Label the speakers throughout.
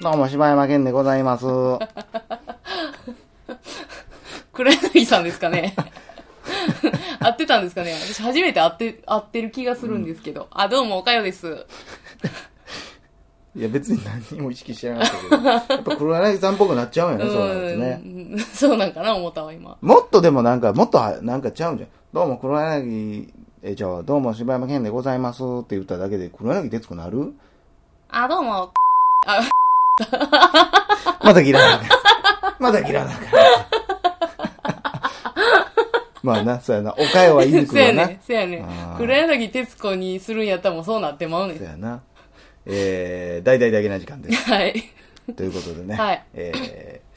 Speaker 1: どうも、柴山健でございます。
Speaker 2: 黒柳さんですかね会ってたんですかね私初めて会って、会ってる気がするんですけど。あ、どうも、おかよです。
Speaker 1: いや、別に何にも意識してなかったけ ど、やっぱ黒柳さんっぽくなっちゃうんやね、そうなんですね。
Speaker 2: うんそうなんかな、思ったわ、今。
Speaker 1: もっとでもなんか、もっとはなんかちゃうんじゃん。どうも、黒柳、え、じゃあ、どうも、柴山健でございますって言っただけで、黒柳徹子な る
Speaker 2: あ、どうも、
Speaker 1: まだ切らない。まだ切らないから。 まあな、そうやな。おかよは言いにく
Speaker 2: せ
Speaker 1: いわ な。
Speaker 2: やね、せやね
Speaker 1: あー。
Speaker 2: 黒柳徹子にするんやったらもうそうなってまうね。
Speaker 1: そうんやな。えー、大々だけな時間です。
Speaker 2: はい。
Speaker 1: ということでね。
Speaker 2: はい
Speaker 1: えー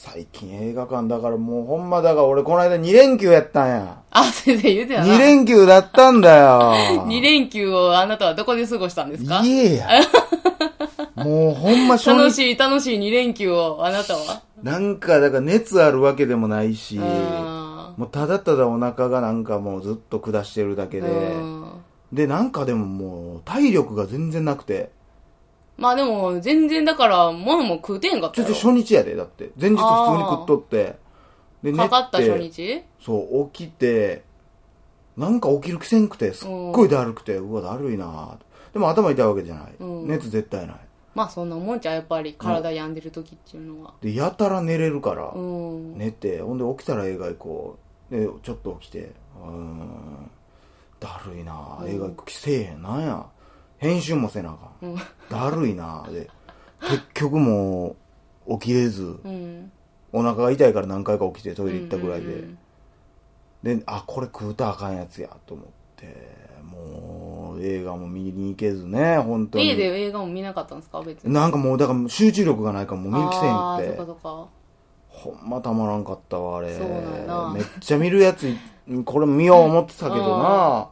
Speaker 1: 最近映画館だからもうほんまだから俺この間2連休やったんや。
Speaker 2: あ、先生言うてたな。。
Speaker 1: 2連休だったんだよ
Speaker 2: 二連休をあなたはどこで過ごしたんですか
Speaker 1: 家 や。もうほんま初
Speaker 2: 楽
Speaker 1: 日。
Speaker 2: しい、楽しい2連休をあなたは。
Speaker 1: なんかだから熱あるわけでもないし、
Speaker 2: うん
Speaker 1: もうただただお腹がなんかもうずっと下してるだけで、
Speaker 2: うん
Speaker 1: で、なんかでももう体力が全然なくて、
Speaker 2: まあでも、全然だから、物も食うてへんかっ
Speaker 1: ち
Speaker 2: た
Speaker 1: ょ
Speaker 2: よ
Speaker 1: ちょ初日やで、だって。前日普通に食っとって、で、
Speaker 2: かかった
Speaker 1: 寝て
Speaker 2: 初日
Speaker 1: そう、起きて、なんか起きる気せんくて、すっごいだるくて、うわ、だるいなぁとでも頭痛いわけじゃない。
Speaker 2: うん
Speaker 1: 熱絶対ない。
Speaker 2: まあそんなもんちゃうやっぱり体病んでる時っていうのは。
Speaker 1: で、やたら寝れるから、
Speaker 2: うん。
Speaker 1: 寝て、ほんで起きたら映画行こう。で、ちょっと起きて、うーん、だるいなぁ、映画行く気せえへん、なんや。編集もせなあかん。だるいなぁ、で、結局もう、起きれず、
Speaker 2: うん。
Speaker 1: お腹が痛いから何回か起きてトイレ行ったぐらいで。
Speaker 2: うんうんうん
Speaker 1: であこれ食うたらあかんやつやと思ってもう映画も見に行けずね本当に
Speaker 2: 家で映画も見なかったんですか別に。
Speaker 1: なんかもうだから集中力がないからもう見る気せん
Speaker 2: ああ、そっ
Speaker 1: く
Speaker 2: か
Speaker 1: て
Speaker 2: そっか。
Speaker 1: ほんまたまらんかったわあれ
Speaker 2: そうなんやな
Speaker 1: めっちゃ見るやつこれ見よう思ってたけどな、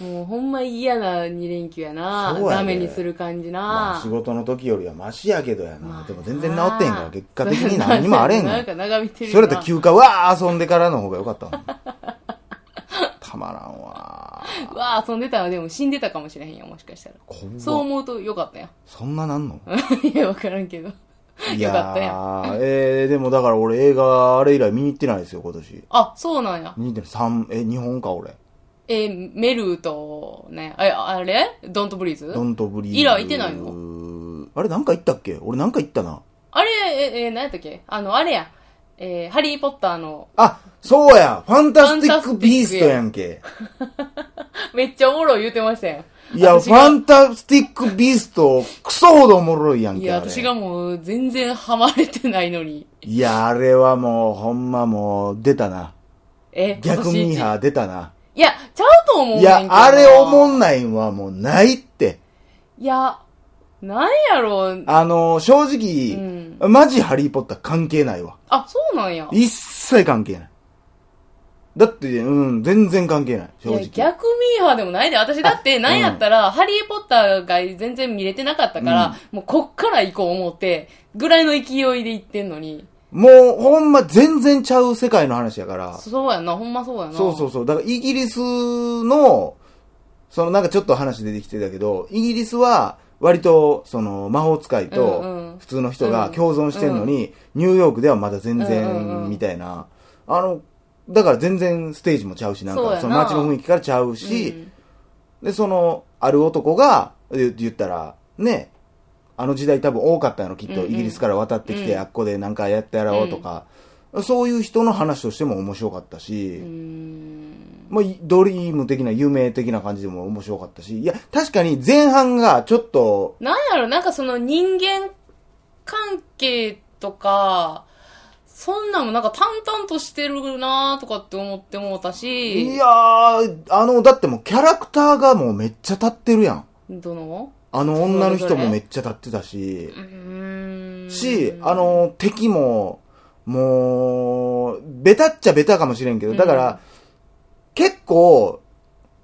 Speaker 2: もうほんま嫌な2連休やな。
Speaker 1: そうやで
Speaker 2: ダメにする感じな。
Speaker 1: まあ、仕事の時よりはマシやけどやな、
Speaker 2: まあ
Speaker 1: でも全然治ってへんから結果的に
Speaker 2: そうやな
Speaker 1: 何にもあれへん
Speaker 2: な
Speaker 1: が
Speaker 2: んか長引いてる
Speaker 1: そ
Speaker 2: よ
Speaker 1: れ
Speaker 2: な
Speaker 1: だったら休暇わあ遊んでからの方が良かったも んたまらんわ
Speaker 2: うわあ、遊んでたらでも死んでたかもしれへんよ、もしかしたら。
Speaker 1: 怖っ
Speaker 2: そう思うとよかったや
Speaker 1: そんななんの
Speaker 2: ん。 いや、わからんけど。
Speaker 1: い
Speaker 2: よかったや
Speaker 1: ーえー、でもだから俺映画あれ以来見に行ってないですよ、今年。
Speaker 2: あ、そうなんや。
Speaker 1: 見に行ってない。三え、日本か俺。
Speaker 2: えーメルーと、ね、ああれドントブリーズ
Speaker 1: ドントブリーズ。
Speaker 2: 以来行ってない
Speaker 1: のあれなんか行ったっけ俺なんか行ったな。
Speaker 2: あれ、え、え、何やったっけあの、あれや。えーハリーポッターの、
Speaker 1: あ、そうやファンタスティッ
Speaker 2: ファンタス
Speaker 1: ク
Speaker 2: ティック
Speaker 1: ビーストやんけ。
Speaker 2: めっちゃおもろい言うてましたよ。
Speaker 1: いや、
Speaker 2: 私
Speaker 1: フ
Speaker 2: が
Speaker 1: ァンタスティックビースト、クソほどおもろいやんけ。
Speaker 2: いや、
Speaker 1: あれ
Speaker 2: 私がもう全然ハマれてないのに。
Speaker 1: いや、あれはもう、ほんまもう、出たな。
Speaker 2: え、
Speaker 1: 逆ミーハー出たな。
Speaker 2: いや、ちゃうと思うねん
Speaker 1: い
Speaker 2: けどな
Speaker 1: や、あれおもんないんはもうないって。
Speaker 2: いや、なんやろう。
Speaker 1: あの、正直、マジハリーポッター関係ないわ。
Speaker 2: あ、そうなんや。
Speaker 1: 一切関係ない。だって、うん、全然関係ない、
Speaker 2: い
Speaker 1: 正
Speaker 2: や、
Speaker 1: 直。
Speaker 2: 逆ミーハーでもないで。私だって、なんやったら、ハリーポッターが全然見れてなかったから、もうこっから行こう思って、ぐらいの勢いで行ってんのに。
Speaker 1: もう、ほんま全然ちゃう世界の話やから。
Speaker 2: そうやな、ほんまそうやな。
Speaker 1: そうそうそう。だから、イギリスの、そのなんかちょっと話出てきてたけど、イギリスは、割と、その、魔法使い
Speaker 2: うんう
Speaker 1: と
Speaker 2: ん、
Speaker 1: 普通の人が共存してんのに、ニューヨークではまだ全
Speaker 2: うんうんう
Speaker 1: 然、
Speaker 2: ん
Speaker 1: みたいな。あの、だから全然ステージもちゃうし、なん
Speaker 2: そうや
Speaker 1: か、
Speaker 2: な
Speaker 1: その街の雰囲気からちゃう
Speaker 2: うん。
Speaker 1: し、で、その、ある男が、え言ったら、ね、あの時代多分多かったの、きっ
Speaker 2: うん
Speaker 1: と。
Speaker 2: うん
Speaker 1: イギリスから渡ってきて、
Speaker 2: うん
Speaker 1: あっこでなんかやってやろうとか、そういう人の話としても面白かったし、
Speaker 2: うん。
Speaker 1: まあ、いドリーム的な、有名的な感じでも面白かったし、いや、確かに前半がちょっと、
Speaker 2: なんやろ、なんかその人間関係とか、そんなんもなんか淡々としてるなとかって思ってもうた
Speaker 1: い
Speaker 2: し、
Speaker 1: やー、あの、だってもうキャラクターがもうめっちゃ立ってるやん。
Speaker 2: どの
Speaker 1: あの女の人もめっちゃ立ってたし
Speaker 2: う、ーん。
Speaker 1: し、あ、の、敵も、もう、ベタっちゃベタかもしれんけど、だから、
Speaker 2: う
Speaker 1: 結構、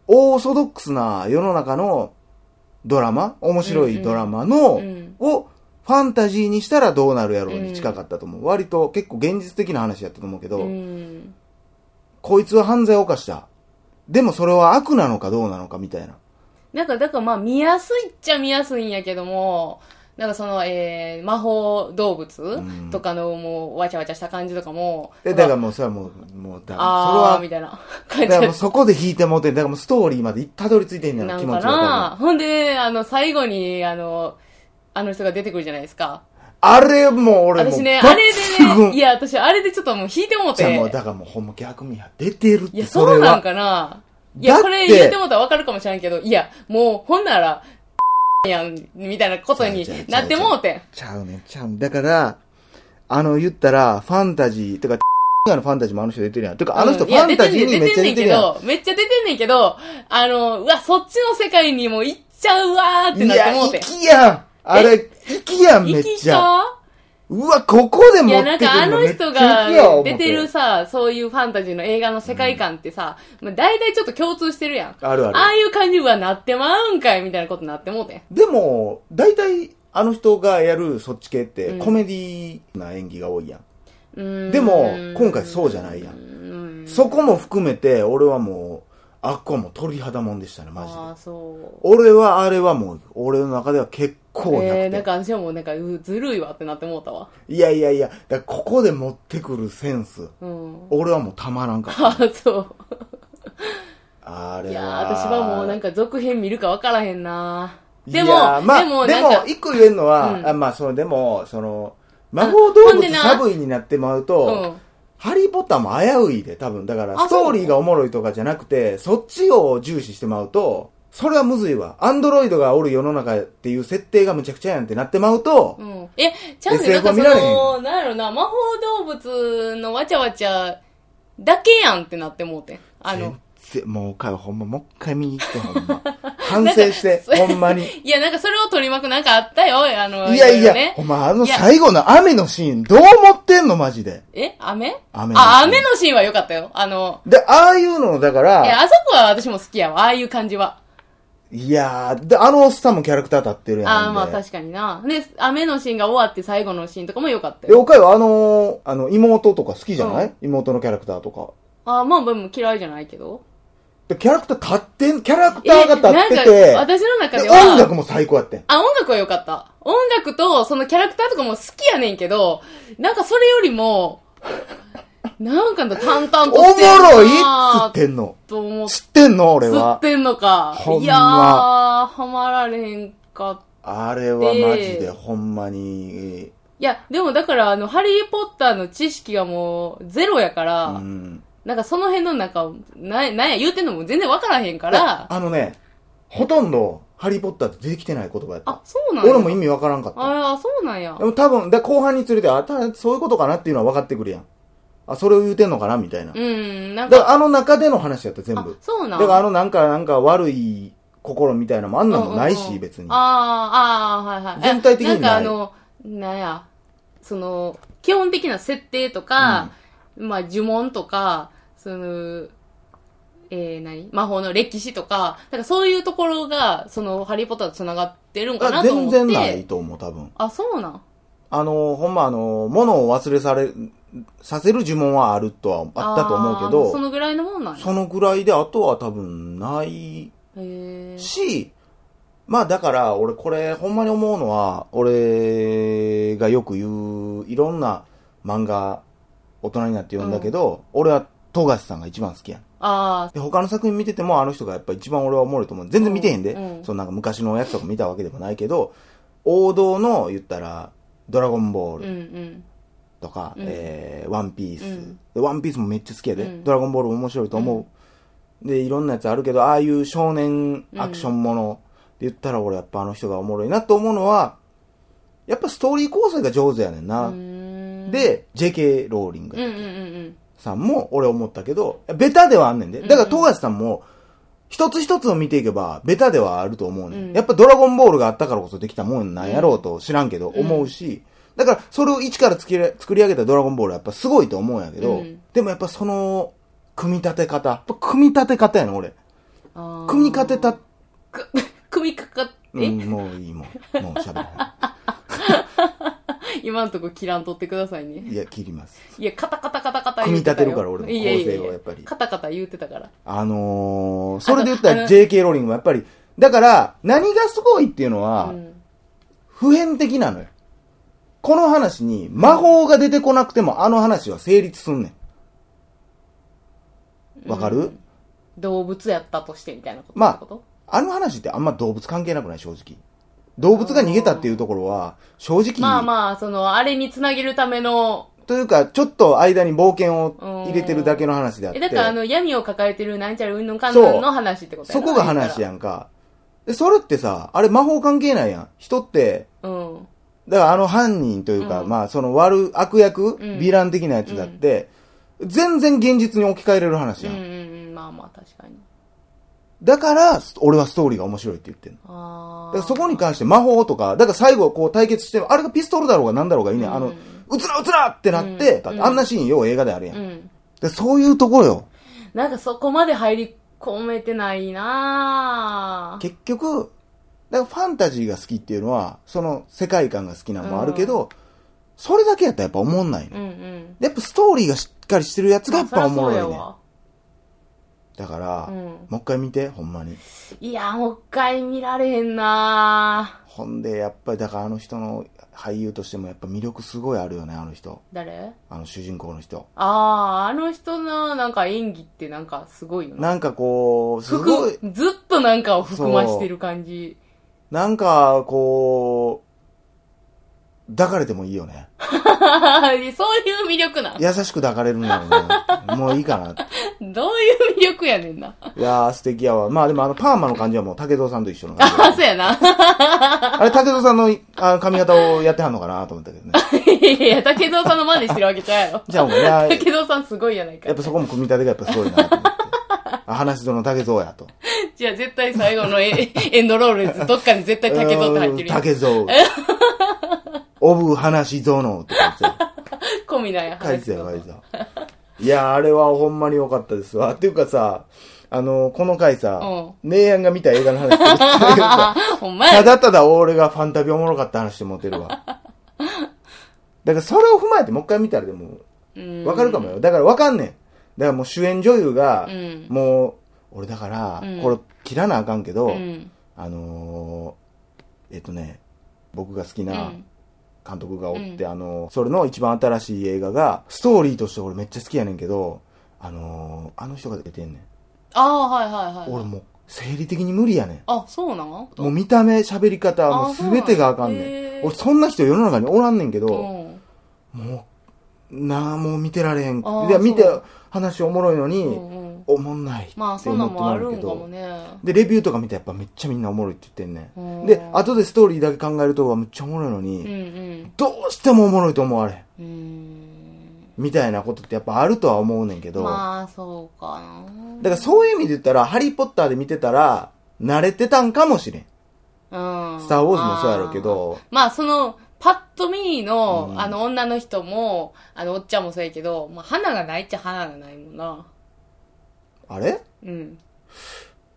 Speaker 1: オーソドックスな世の中のドラマ、面白いドラマの、
Speaker 2: うん。
Speaker 1: をファンタジーにしたらどうなるやろう
Speaker 2: うん
Speaker 1: に近かったと思う。割と結構現実的な話やったと思うけど、
Speaker 2: うん。
Speaker 1: こいつは犯罪を犯した。でもそれは悪なのかどうなのかみたいな。
Speaker 2: なんか、だからまあ見やすいっちゃ見やすいんやけども、なんかその、えー、魔法動物
Speaker 1: ん
Speaker 2: とかのもう、わちゃわちゃした感じとかも、
Speaker 1: え、だからもうそれはもう、もうだ
Speaker 2: あー、
Speaker 1: そ
Speaker 2: み
Speaker 1: れは、
Speaker 2: た
Speaker 1: だ
Speaker 2: いな感
Speaker 1: から
Speaker 2: じ
Speaker 1: もうそこで引いてもうてるだからもうストーリーまでたどり着いてんねや
Speaker 2: な
Speaker 1: ろ、
Speaker 2: ん
Speaker 1: 気
Speaker 2: か
Speaker 1: 持ちが
Speaker 2: な。ほんで、あの、最後に、あの、あの人が出てくるじゃないですか。
Speaker 1: 多分。あれもう俺もう、
Speaker 2: 私ね、
Speaker 1: 抜
Speaker 2: あれで
Speaker 1: 群
Speaker 2: ね、いや、私あれでちょっともう引いてもう
Speaker 1: じゃあもう、
Speaker 2: て。
Speaker 1: だからもうほんま逆にや出てるっ
Speaker 2: い
Speaker 1: て、
Speaker 2: や、そうなんかな。いや、
Speaker 1: だって
Speaker 2: これ言ってもうたらわかるかもしれんけど、いや、もう、ほんなら、やん、みたいなことに
Speaker 1: ちゃうちゃうちゃう
Speaker 2: なってもうて。
Speaker 1: ちゃうねん、ちゃうねんだから、あの、言ったら、ファンタジー、てか、以外のファンタジーもあの人出てるやん。てか、あの人
Speaker 2: うん
Speaker 1: フ
Speaker 2: いや
Speaker 1: ァンタジーにめっちゃ出てるやん。
Speaker 2: 出てんねんけど、めっちゃ出てんねんけど、あの、うわ、そっちの世界にも行っちゃうわーって
Speaker 1: い
Speaker 2: なって
Speaker 1: や、
Speaker 2: もうて
Speaker 1: 行。きやんあれ、行きやん、めっ
Speaker 2: 行き
Speaker 1: ちゃ。
Speaker 2: か
Speaker 1: うわ、ここで
Speaker 2: い
Speaker 1: 持
Speaker 2: や、
Speaker 1: っ
Speaker 2: なん
Speaker 1: てく
Speaker 2: かあ
Speaker 1: るの
Speaker 2: の
Speaker 1: めっち
Speaker 2: 人
Speaker 1: ゃ行きや思
Speaker 2: が
Speaker 1: って
Speaker 2: 出てるさ、そういうファンタジーの映画の世界観ってさ、まあ大体ちょっと共通してるやん。
Speaker 1: あるある
Speaker 2: ああいう感じはなってまうんかいみたいなことなってもうてん。
Speaker 1: でも、大体、あの人がやるそっち系って、
Speaker 2: うん
Speaker 1: コメディな演技が多いやん。
Speaker 2: うーん
Speaker 1: でも、今回そうじゃないや。
Speaker 2: うんーん。
Speaker 1: そこも含めて、俺はもう、あっこはもう鳥肌もんでしたね、マジで。
Speaker 2: ああ、そう。
Speaker 1: 俺は、あれはもう、俺の中では結構なくて。
Speaker 2: えー、なんか私はもうなんか、うずるいわってなってもうたわ。
Speaker 1: いやいやいや、だからここで持ってくるセンス、
Speaker 2: うん。
Speaker 1: 俺はもうたまらんかっ
Speaker 2: ああ、そう。
Speaker 1: た。あれは。
Speaker 2: いやー私はもうなん
Speaker 1: か、
Speaker 2: か続編見るか分からへんなでも、
Speaker 1: まあ、
Speaker 2: でも
Speaker 1: で
Speaker 2: なん
Speaker 1: も
Speaker 2: か、
Speaker 1: 一個言えるのは、
Speaker 2: うん
Speaker 1: あまあ、その、でも、その、魔法動
Speaker 2: ほん
Speaker 1: 物
Speaker 2: でな
Speaker 1: サブイになってもらうと、
Speaker 2: うん
Speaker 1: ハリー・ポッターも危ういで、多分。だから、
Speaker 2: あ
Speaker 1: ストーリーがおもろいとかじゃなくて、そっちを重視してまうと、それはむずいわ。アンドロイドがおる世の中っていう設定がむちゃくちゃやんってなってまうと、
Speaker 2: うん。え、ちゃうねん
Speaker 1: SF
Speaker 2: なんかそ
Speaker 1: 見られへ
Speaker 2: の、なんやろな、魔法動物のわちゃわちゃだけやんってなってもうてん。あの、
Speaker 1: 全然、もう一回ほんま、もう一回見に来てほんま。 反省して、ほんまに。
Speaker 2: いや、なんかそれを取り巻くなんかあったよ、あの、
Speaker 1: いやい
Speaker 2: ろろ
Speaker 1: や、
Speaker 2: ね
Speaker 1: お前あの最後の雨のシーン、どう思ってんのマジで。
Speaker 2: え、雨
Speaker 1: 雨のシーン
Speaker 2: あ、雨のシーンは良かったよ。あの、
Speaker 1: で、ああいうの、だか
Speaker 2: え、
Speaker 1: ら、
Speaker 2: あそこは私も好きやわ、ああいう感じは。
Speaker 1: いやー、で、あのおっさんもキャラクター立ってるやん。
Speaker 2: ああ、まあ
Speaker 1: で
Speaker 2: 確かにな。で、雨のシーンが終わって最後のシーンとかも良かった
Speaker 1: え、
Speaker 2: よ。
Speaker 1: おかよ、あのー、あの、妹とか好きじゃない、
Speaker 2: う
Speaker 1: 妹のキャラクターとか。
Speaker 2: ああ、まあまあまあ嫌いじゃないけど。
Speaker 1: で、キャラクター立ってん、キャラク
Speaker 2: え
Speaker 1: ターが立って
Speaker 2: なんか
Speaker 1: て、
Speaker 2: 私の中で
Speaker 1: で、
Speaker 2: は。
Speaker 1: 音楽も最高やってん。
Speaker 2: あ、音楽は良かった。音楽と、そのキャラクターとかも好きやねんけど、なんかそれよりも、なんか淡々と
Speaker 1: おも
Speaker 2: してる
Speaker 1: ろいっつ
Speaker 2: な
Speaker 1: っ
Speaker 2: ぁ
Speaker 1: てんの。
Speaker 2: と思っ
Speaker 1: 知ってんの俺
Speaker 2: 吸
Speaker 1: は
Speaker 2: っ。てんのか
Speaker 1: ほん。ま
Speaker 2: いやー、はまられへんかった。
Speaker 1: あれはマジでほんまに、
Speaker 2: いや、でもだから、あの、ハリーポッターの知識がもう、ゼロやから、
Speaker 1: うん。
Speaker 2: なんかその辺のなんか、な、なんや、言うてんのも全然わからへんか
Speaker 1: あ
Speaker 2: ら、
Speaker 1: のね、ほとんど、ハリーポッターって出てきてない言葉やった。
Speaker 2: あ、そうなんや。
Speaker 1: 俺も意味わからんかった。
Speaker 2: ああ、そうなんや
Speaker 1: で。も多分、で後半につれて、あ、たそういうことかなっていうのは分かってくるやん。あ、それを言うてんのかなみたいな。だ
Speaker 2: うん、なん
Speaker 1: か
Speaker 2: か、
Speaker 1: らあの中での話やった、全
Speaker 2: あ
Speaker 1: 部。、
Speaker 2: そうな
Speaker 1: だ
Speaker 2: ん
Speaker 1: からあのなんか、なんか悪い心みたいなのもあんな
Speaker 2: うん
Speaker 1: も
Speaker 2: うんん
Speaker 1: ない
Speaker 2: うん
Speaker 1: し、別に。
Speaker 2: ああ、ああ、はいはい。
Speaker 1: 全体的にない
Speaker 2: なんかあの、なんや、その、基本的な設定とか、まあ呪文とか、その、えー、何魔法の歴史とか、なんかそういうところが、その、ハリーポッターと繋がってるんか
Speaker 1: あ
Speaker 2: なと思
Speaker 1: 全
Speaker 2: って。
Speaker 1: 然ないと思う、多分。
Speaker 2: あ、そうなん。
Speaker 1: あの、ほんまあの、物を忘れされ、させる呪文はあるとは、あったと思うけ
Speaker 2: あーそ
Speaker 1: ど、
Speaker 2: のぐらいのもんなんや。
Speaker 1: そのぐらいで、あとは多分ない
Speaker 2: へえ。
Speaker 1: し、まあだから、俺これ、ほんまに思うのは、俺がよく言う、いろんな漫画、大人になって読んだけど、俺は、富樫さんが一番好きやん。
Speaker 2: あ
Speaker 1: で、他の作品見てても、あの人がやっぱ一番俺はおもろいと思う。全然見てへんで、
Speaker 2: うんうん
Speaker 1: そのなんか昔のやつとか見たわけでもないけど、王道の、言ったら、ドラゴンボー
Speaker 2: あ、うん
Speaker 1: ル
Speaker 2: うん。
Speaker 1: とか、
Speaker 2: うん
Speaker 1: えー、ワンピース、
Speaker 2: うん
Speaker 1: で。ワンピースもめっちゃ好きやで、
Speaker 2: うん
Speaker 1: ドラゴンボールも面白いと思う。で、いろんなやつあるけど、ああいう少年アクションものって言ったら俺やっぱあの人がおもろいなと思うのは、やっぱストーリー構成が上手やねんな。
Speaker 2: うーん、
Speaker 1: で、JK ローリング
Speaker 2: うんうんうんうん。
Speaker 1: さんも俺思ったけど、ベタではあんねんで。だから、富樫さんも、一つ一つを見ていけば、ベタではあると思うねん。
Speaker 2: うん
Speaker 1: やっぱドラゴンボールがあったからこそできたもんなんやろうと知らんけど、思うし、だから、それを一から作り作り上げたドラゴンボールはやっぱすごいと思うんやけど、
Speaker 2: うん
Speaker 1: でもやっぱその、組み立て方。やっぱ組み立て方やの、俺。
Speaker 2: あー
Speaker 1: 組み立てた、
Speaker 2: く 組みかかって、
Speaker 1: うん、もういいもん。もう喋ら
Speaker 2: 今のとこ切らんとってくださいね
Speaker 1: ない。。いや、切ります。
Speaker 2: いや、カタカタカタカタ
Speaker 1: 組み立てるから
Speaker 2: 言う
Speaker 1: 俺も
Speaker 2: たよ
Speaker 1: 構成をやっぱり
Speaker 2: いいいいカタカタ言うてたから。
Speaker 1: あのー、それで言った
Speaker 2: あ
Speaker 1: ら
Speaker 2: の
Speaker 1: JK ローリングもやっぱり、だから、何がすごいっていうのは、
Speaker 2: うん
Speaker 1: 普遍的なのよ。この話に魔法が出てこなくてもあの話は成立すんねん。わかる、
Speaker 2: 動物やったとしてみたいなこと
Speaker 1: まあ
Speaker 2: ってこと
Speaker 1: あの話ってあんま動物関係なくない正直。動物が逃げたっていうところは、正直、
Speaker 2: まあまあ、その、あれにつなげるための、
Speaker 1: というか、ちょっと間に冒険を入れてるだけの話であって。
Speaker 2: え、だからあの、闇を抱えてるなんちゃらうんぬんかんぬん
Speaker 1: そ
Speaker 2: の
Speaker 1: う
Speaker 2: 話ってことや
Speaker 1: そ
Speaker 2: な
Speaker 1: こが話。やんか。で、それってさ、あれ魔法関係ないやん。人って、
Speaker 2: 言ったらうん。
Speaker 1: だからあの犯人というか、
Speaker 2: うん
Speaker 1: まあその悪、悪役、
Speaker 2: ん
Speaker 1: ヴィラン的なやつだって、全然現実に置き換えれる話
Speaker 2: う
Speaker 1: や
Speaker 2: ん
Speaker 1: ん。
Speaker 2: うんうん、まあまあ確かに。
Speaker 1: だから、俺はストーリーが面白いって言ってんの。だ
Speaker 2: ああ。
Speaker 1: からそこに関して魔法とか、だから最後こう対決して、あれがピストルだろうが何だろうがいいねん。あ
Speaker 2: う
Speaker 1: の
Speaker 2: ん、
Speaker 1: うつらうつらってなって、
Speaker 2: うん
Speaker 1: だってあんなシーンよう映画であるやん。
Speaker 2: うん。
Speaker 1: でそういうところよ。
Speaker 2: なんかそこまで入り込めてないなぁ。
Speaker 1: 結局、だからファンタジーが好きっていうのは、その世界観が好きなのもあるけど、それだけやったらやっぱ思んないね
Speaker 2: う。んうん。
Speaker 1: やっぱストーリーがしっかりしてるやつがやっぱおもろい
Speaker 2: そらそう
Speaker 1: ね
Speaker 2: や。わ
Speaker 1: だから、
Speaker 2: うん
Speaker 1: もう一回見て、ほんまに。
Speaker 2: いや、もう一回見られへんなぁ。
Speaker 1: ほんで、やっぱり、だからあの人の俳優としてもやっぱ魅力すごいあるよね、あの人。
Speaker 2: 誰
Speaker 1: あの主人公の人。
Speaker 2: ああ、あの人のなんか演技ってなんかすごいよな。
Speaker 1: なんかこう、すごい
Speaker 2: 服、、ずっとなんかを含ましてる感じ。
Speaker 1: なんかこう、抱かれてもいいよね。
Speaker 2: そういう魅力なん
Speaker 1: 優しく抱かれるんだろうね。もういいかなって。
Speaker 2: どういう魅力やね んな。
Speaker 1: いやー、素敵やわ。まあでもあの、パーマの感じはもう竹蔵さんと一緒の感じ。
Speaker 2: あ、そうやな。
Speaker 1: あれ、竹蔵さんのあ髪型をやってはんのかなと思ったけどね。
Speaker 2: いやいや、竹蔵さんの真似してるわけちゃうやろ。
Speaker 1: じゃあもうね、や
Speaker 2: 竹蔵さんすごいやないか。
Speaker 1: っぱそこも組み立てがやっぱすごいなと思って。あ、話しの竹蔵やと。
Speaker 2: じゃあ絶対最後のエ エンドロールでどっかに絶対 竹蔵って入ってる
Speaker 1: う
Speaker 2: や
Speaker 1: ん
Speaker 2: ん。
Speaker 1: 竹蔵。 オブ話ぞのって書いてたよ
Speaker 2: 込みない
Speaker 1: 書い
Speaker 2: 話
Speaker 1: てたよ、書い
Speaker 2: と
Speaker 1: てたよ。いやー、あれはほんまに良かったですわ。っていうかさ、あの、この回さ、
Speaker 2: う
Speaker 1: 姉やんが見た映画の話してる けどさ
Speaker 2: か。ほんま
Speaker 1: た
Speaker 2: や。
Speaker 1: だただ俺がファンタビおもろかった話して持ってるわ。だからそれを踏まえてもう一回見たらでも、
Speaker 2: うん
Speaker 1: わかるかもよ。だからわかんねん。だからもう主演女優が
Speaker 2: うん、
Speaker 1: もう、俺だから
Speaker 2: うん、
Speaker 1: これ切らなあかんけど、
Speaker 2: うん。
Speaker 1: あのー、えっとね、僕が好き
Speaker 2: う。
Speaker 1: なん監督がおって、
Speaker 2: う
Speaker 1: あのー、それの一番新しい映画が、ストーリーとして俺めっちゃ好きやねんけど、あのー、あの人が出てんねん。
Speaker 2: ああ、はいはいはい。
Speaker 1: 俺もう、生理的に無理やねん。
Speaker 2: あ、そうなの
Speaker 1: もう見た目、喋り方、
Speaker 2: あ
Speaker 1: もう全てがあかん
Speaker 2: そうなん
Speaker 1: ね
Speaker 2: やへ
Speaker 1: ん。
Speaker 2: ー
Speaker 1: 俺そんな人世の中におらんねんけ
Speaker 2: う
Speaker 1: ど、
Speaker 2: ん。
Speaker 1: もう、なあ、もう見てられへん。
Speaker 2: あー
Speaker 1: いや、見て
Speaker 2: そう
Speaker 1: 話おもろいの
Speaker 2: う
Speaker 1: に、
Speaker 2: んうん。
Speaker 1: おもんないって
Speaker 2: ま
Speaker 1: 思
Speaker 2: あ、
Speaker 1: って
Speaker 2: そんなんもあ
Speaker 1: ま
Speaker 2: る
Speaker 1: うんけ
Speaker 2: かも
Speaker 1: ど、
Speaker 2: ね。
Speaker 1: で、レビューとか見たらやっぱめっちゃみんなおもろいって言ってんね
Speaker 2: うん
Speaker 1: ん。で、後でストーリーだけ考えると、めっちゃおもろいの
Speaker 2: うんう
Speaker 1: に、
Speaker 2: ん。
Speaker 1: どうしてもおもろいと思われへん。
Speaker 2: うーん。
Speaker 1: みたいなことってやっぱあるとは思うねんけど、だか
Speaker 2: まあ、そうかな。
Speaker 1: らそういう意味で言ったら、ハリーポッターで見てたら、慣れてたんかもしれん。
Speaker 2: うん
Speaker 1: スターウォーズもそうやろうけど
Speaker 2: あーまあ、その、パッと見の、
Speaker 1: うん
Speaker 2: あの、女の人も、あの、おっちゃんもそうやけど、まあ、花がないっちゃ花がないもんな。
Speaker 1: あれ
Speaker 2: うん。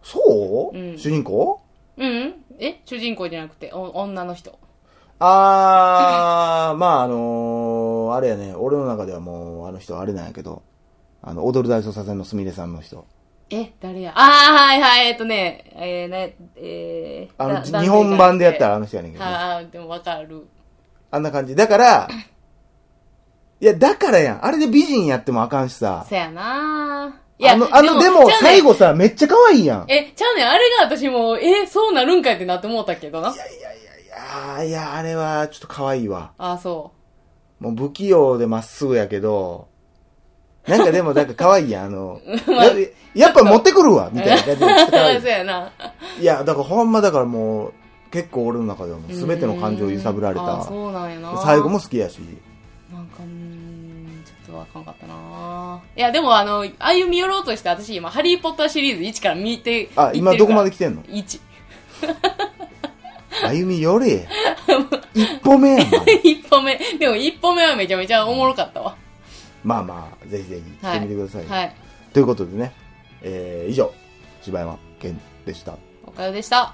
Speaker 1: そう、
Speaker 2: うん
Speaker 1: 主人公
Speaker 2: うんえ主人公じゃなくて、お女の人。
Speaker 1: あー、まああのー、あれやね、俺の中ではもう、あの人あれなんやけど、あの、踊る大捜査線のすみれさんの人。
Speaker 2: え、誰やああ、はいはい、えっとね、えー、ね、えー、
Speaker 1: あの、
Speaker 2: だ
Speaker 1: じ
Speaker 2: 男性
Speaker 1: 日本版でやったら
Speaker 2: じ
Speaker 1: あの人やねんけ
Speaker 2: ゃ
Speaker 1: ど、
Speaker 2: なくて
Speaker 1: ね、
Speaker 2: ああ、でもわかる。
Speaker 1: あんな感じ。だから、いや、だからやん。あれで美人やってもあかんしさ。
Speaker 2: そやなーい
Speaker 1: あの、あの、でも、
Speaker 2: ちゃうねん
Speaker 1: 最後さ、めっちゃ可愛いやん。い
Speaker 2: え、ちゃうねん、あれが私も、え、そうなるんかいってなって思ったけどな。
Speaker 1: やー、いや、あれは、ちょっと可愛いわ。
Speaker 2: ああ、そ
Speaker 1: もう不器用でまっすぐやけど、なんかでも、なんか可愛いやん。あ の、ややっぱ持ってくるわ、みたいな感じで。
Speaker 2: う。 そうやな。
Speaker 1: いや、だからほんまだからもう、結構俺の中ではもう全ての感情を揺さぶられ
Speaker 2: うんあ
Speaker 1: た。
Speaker 2: そうなんやな
Speaker 1: 最後も好きやし。
Speaker 2: なんかうーんちょっとわかんかったないやでもあの歩み寄ろうとして私今「ハリー・ポッター」シリーズ1から見て
Speaker 1: あ、今どこまで来てんの
Speaker 2: 1
Speaker 1: 歩み寄 れ。一歩目やん。
Speaker 2: 一 歩目でも1歩目はめちゃめちゃおもろかったわ
Speaker 1: まあまあ、ぜひぜひ、し
Speaker 2: は
Speaker 1: て
Speaker 2: い
Speaker 1: みてください。
Speaker 2: はい
Speaker 1: ということでね、えー、以上、柴山健でした。
Speaker 2: おかよでした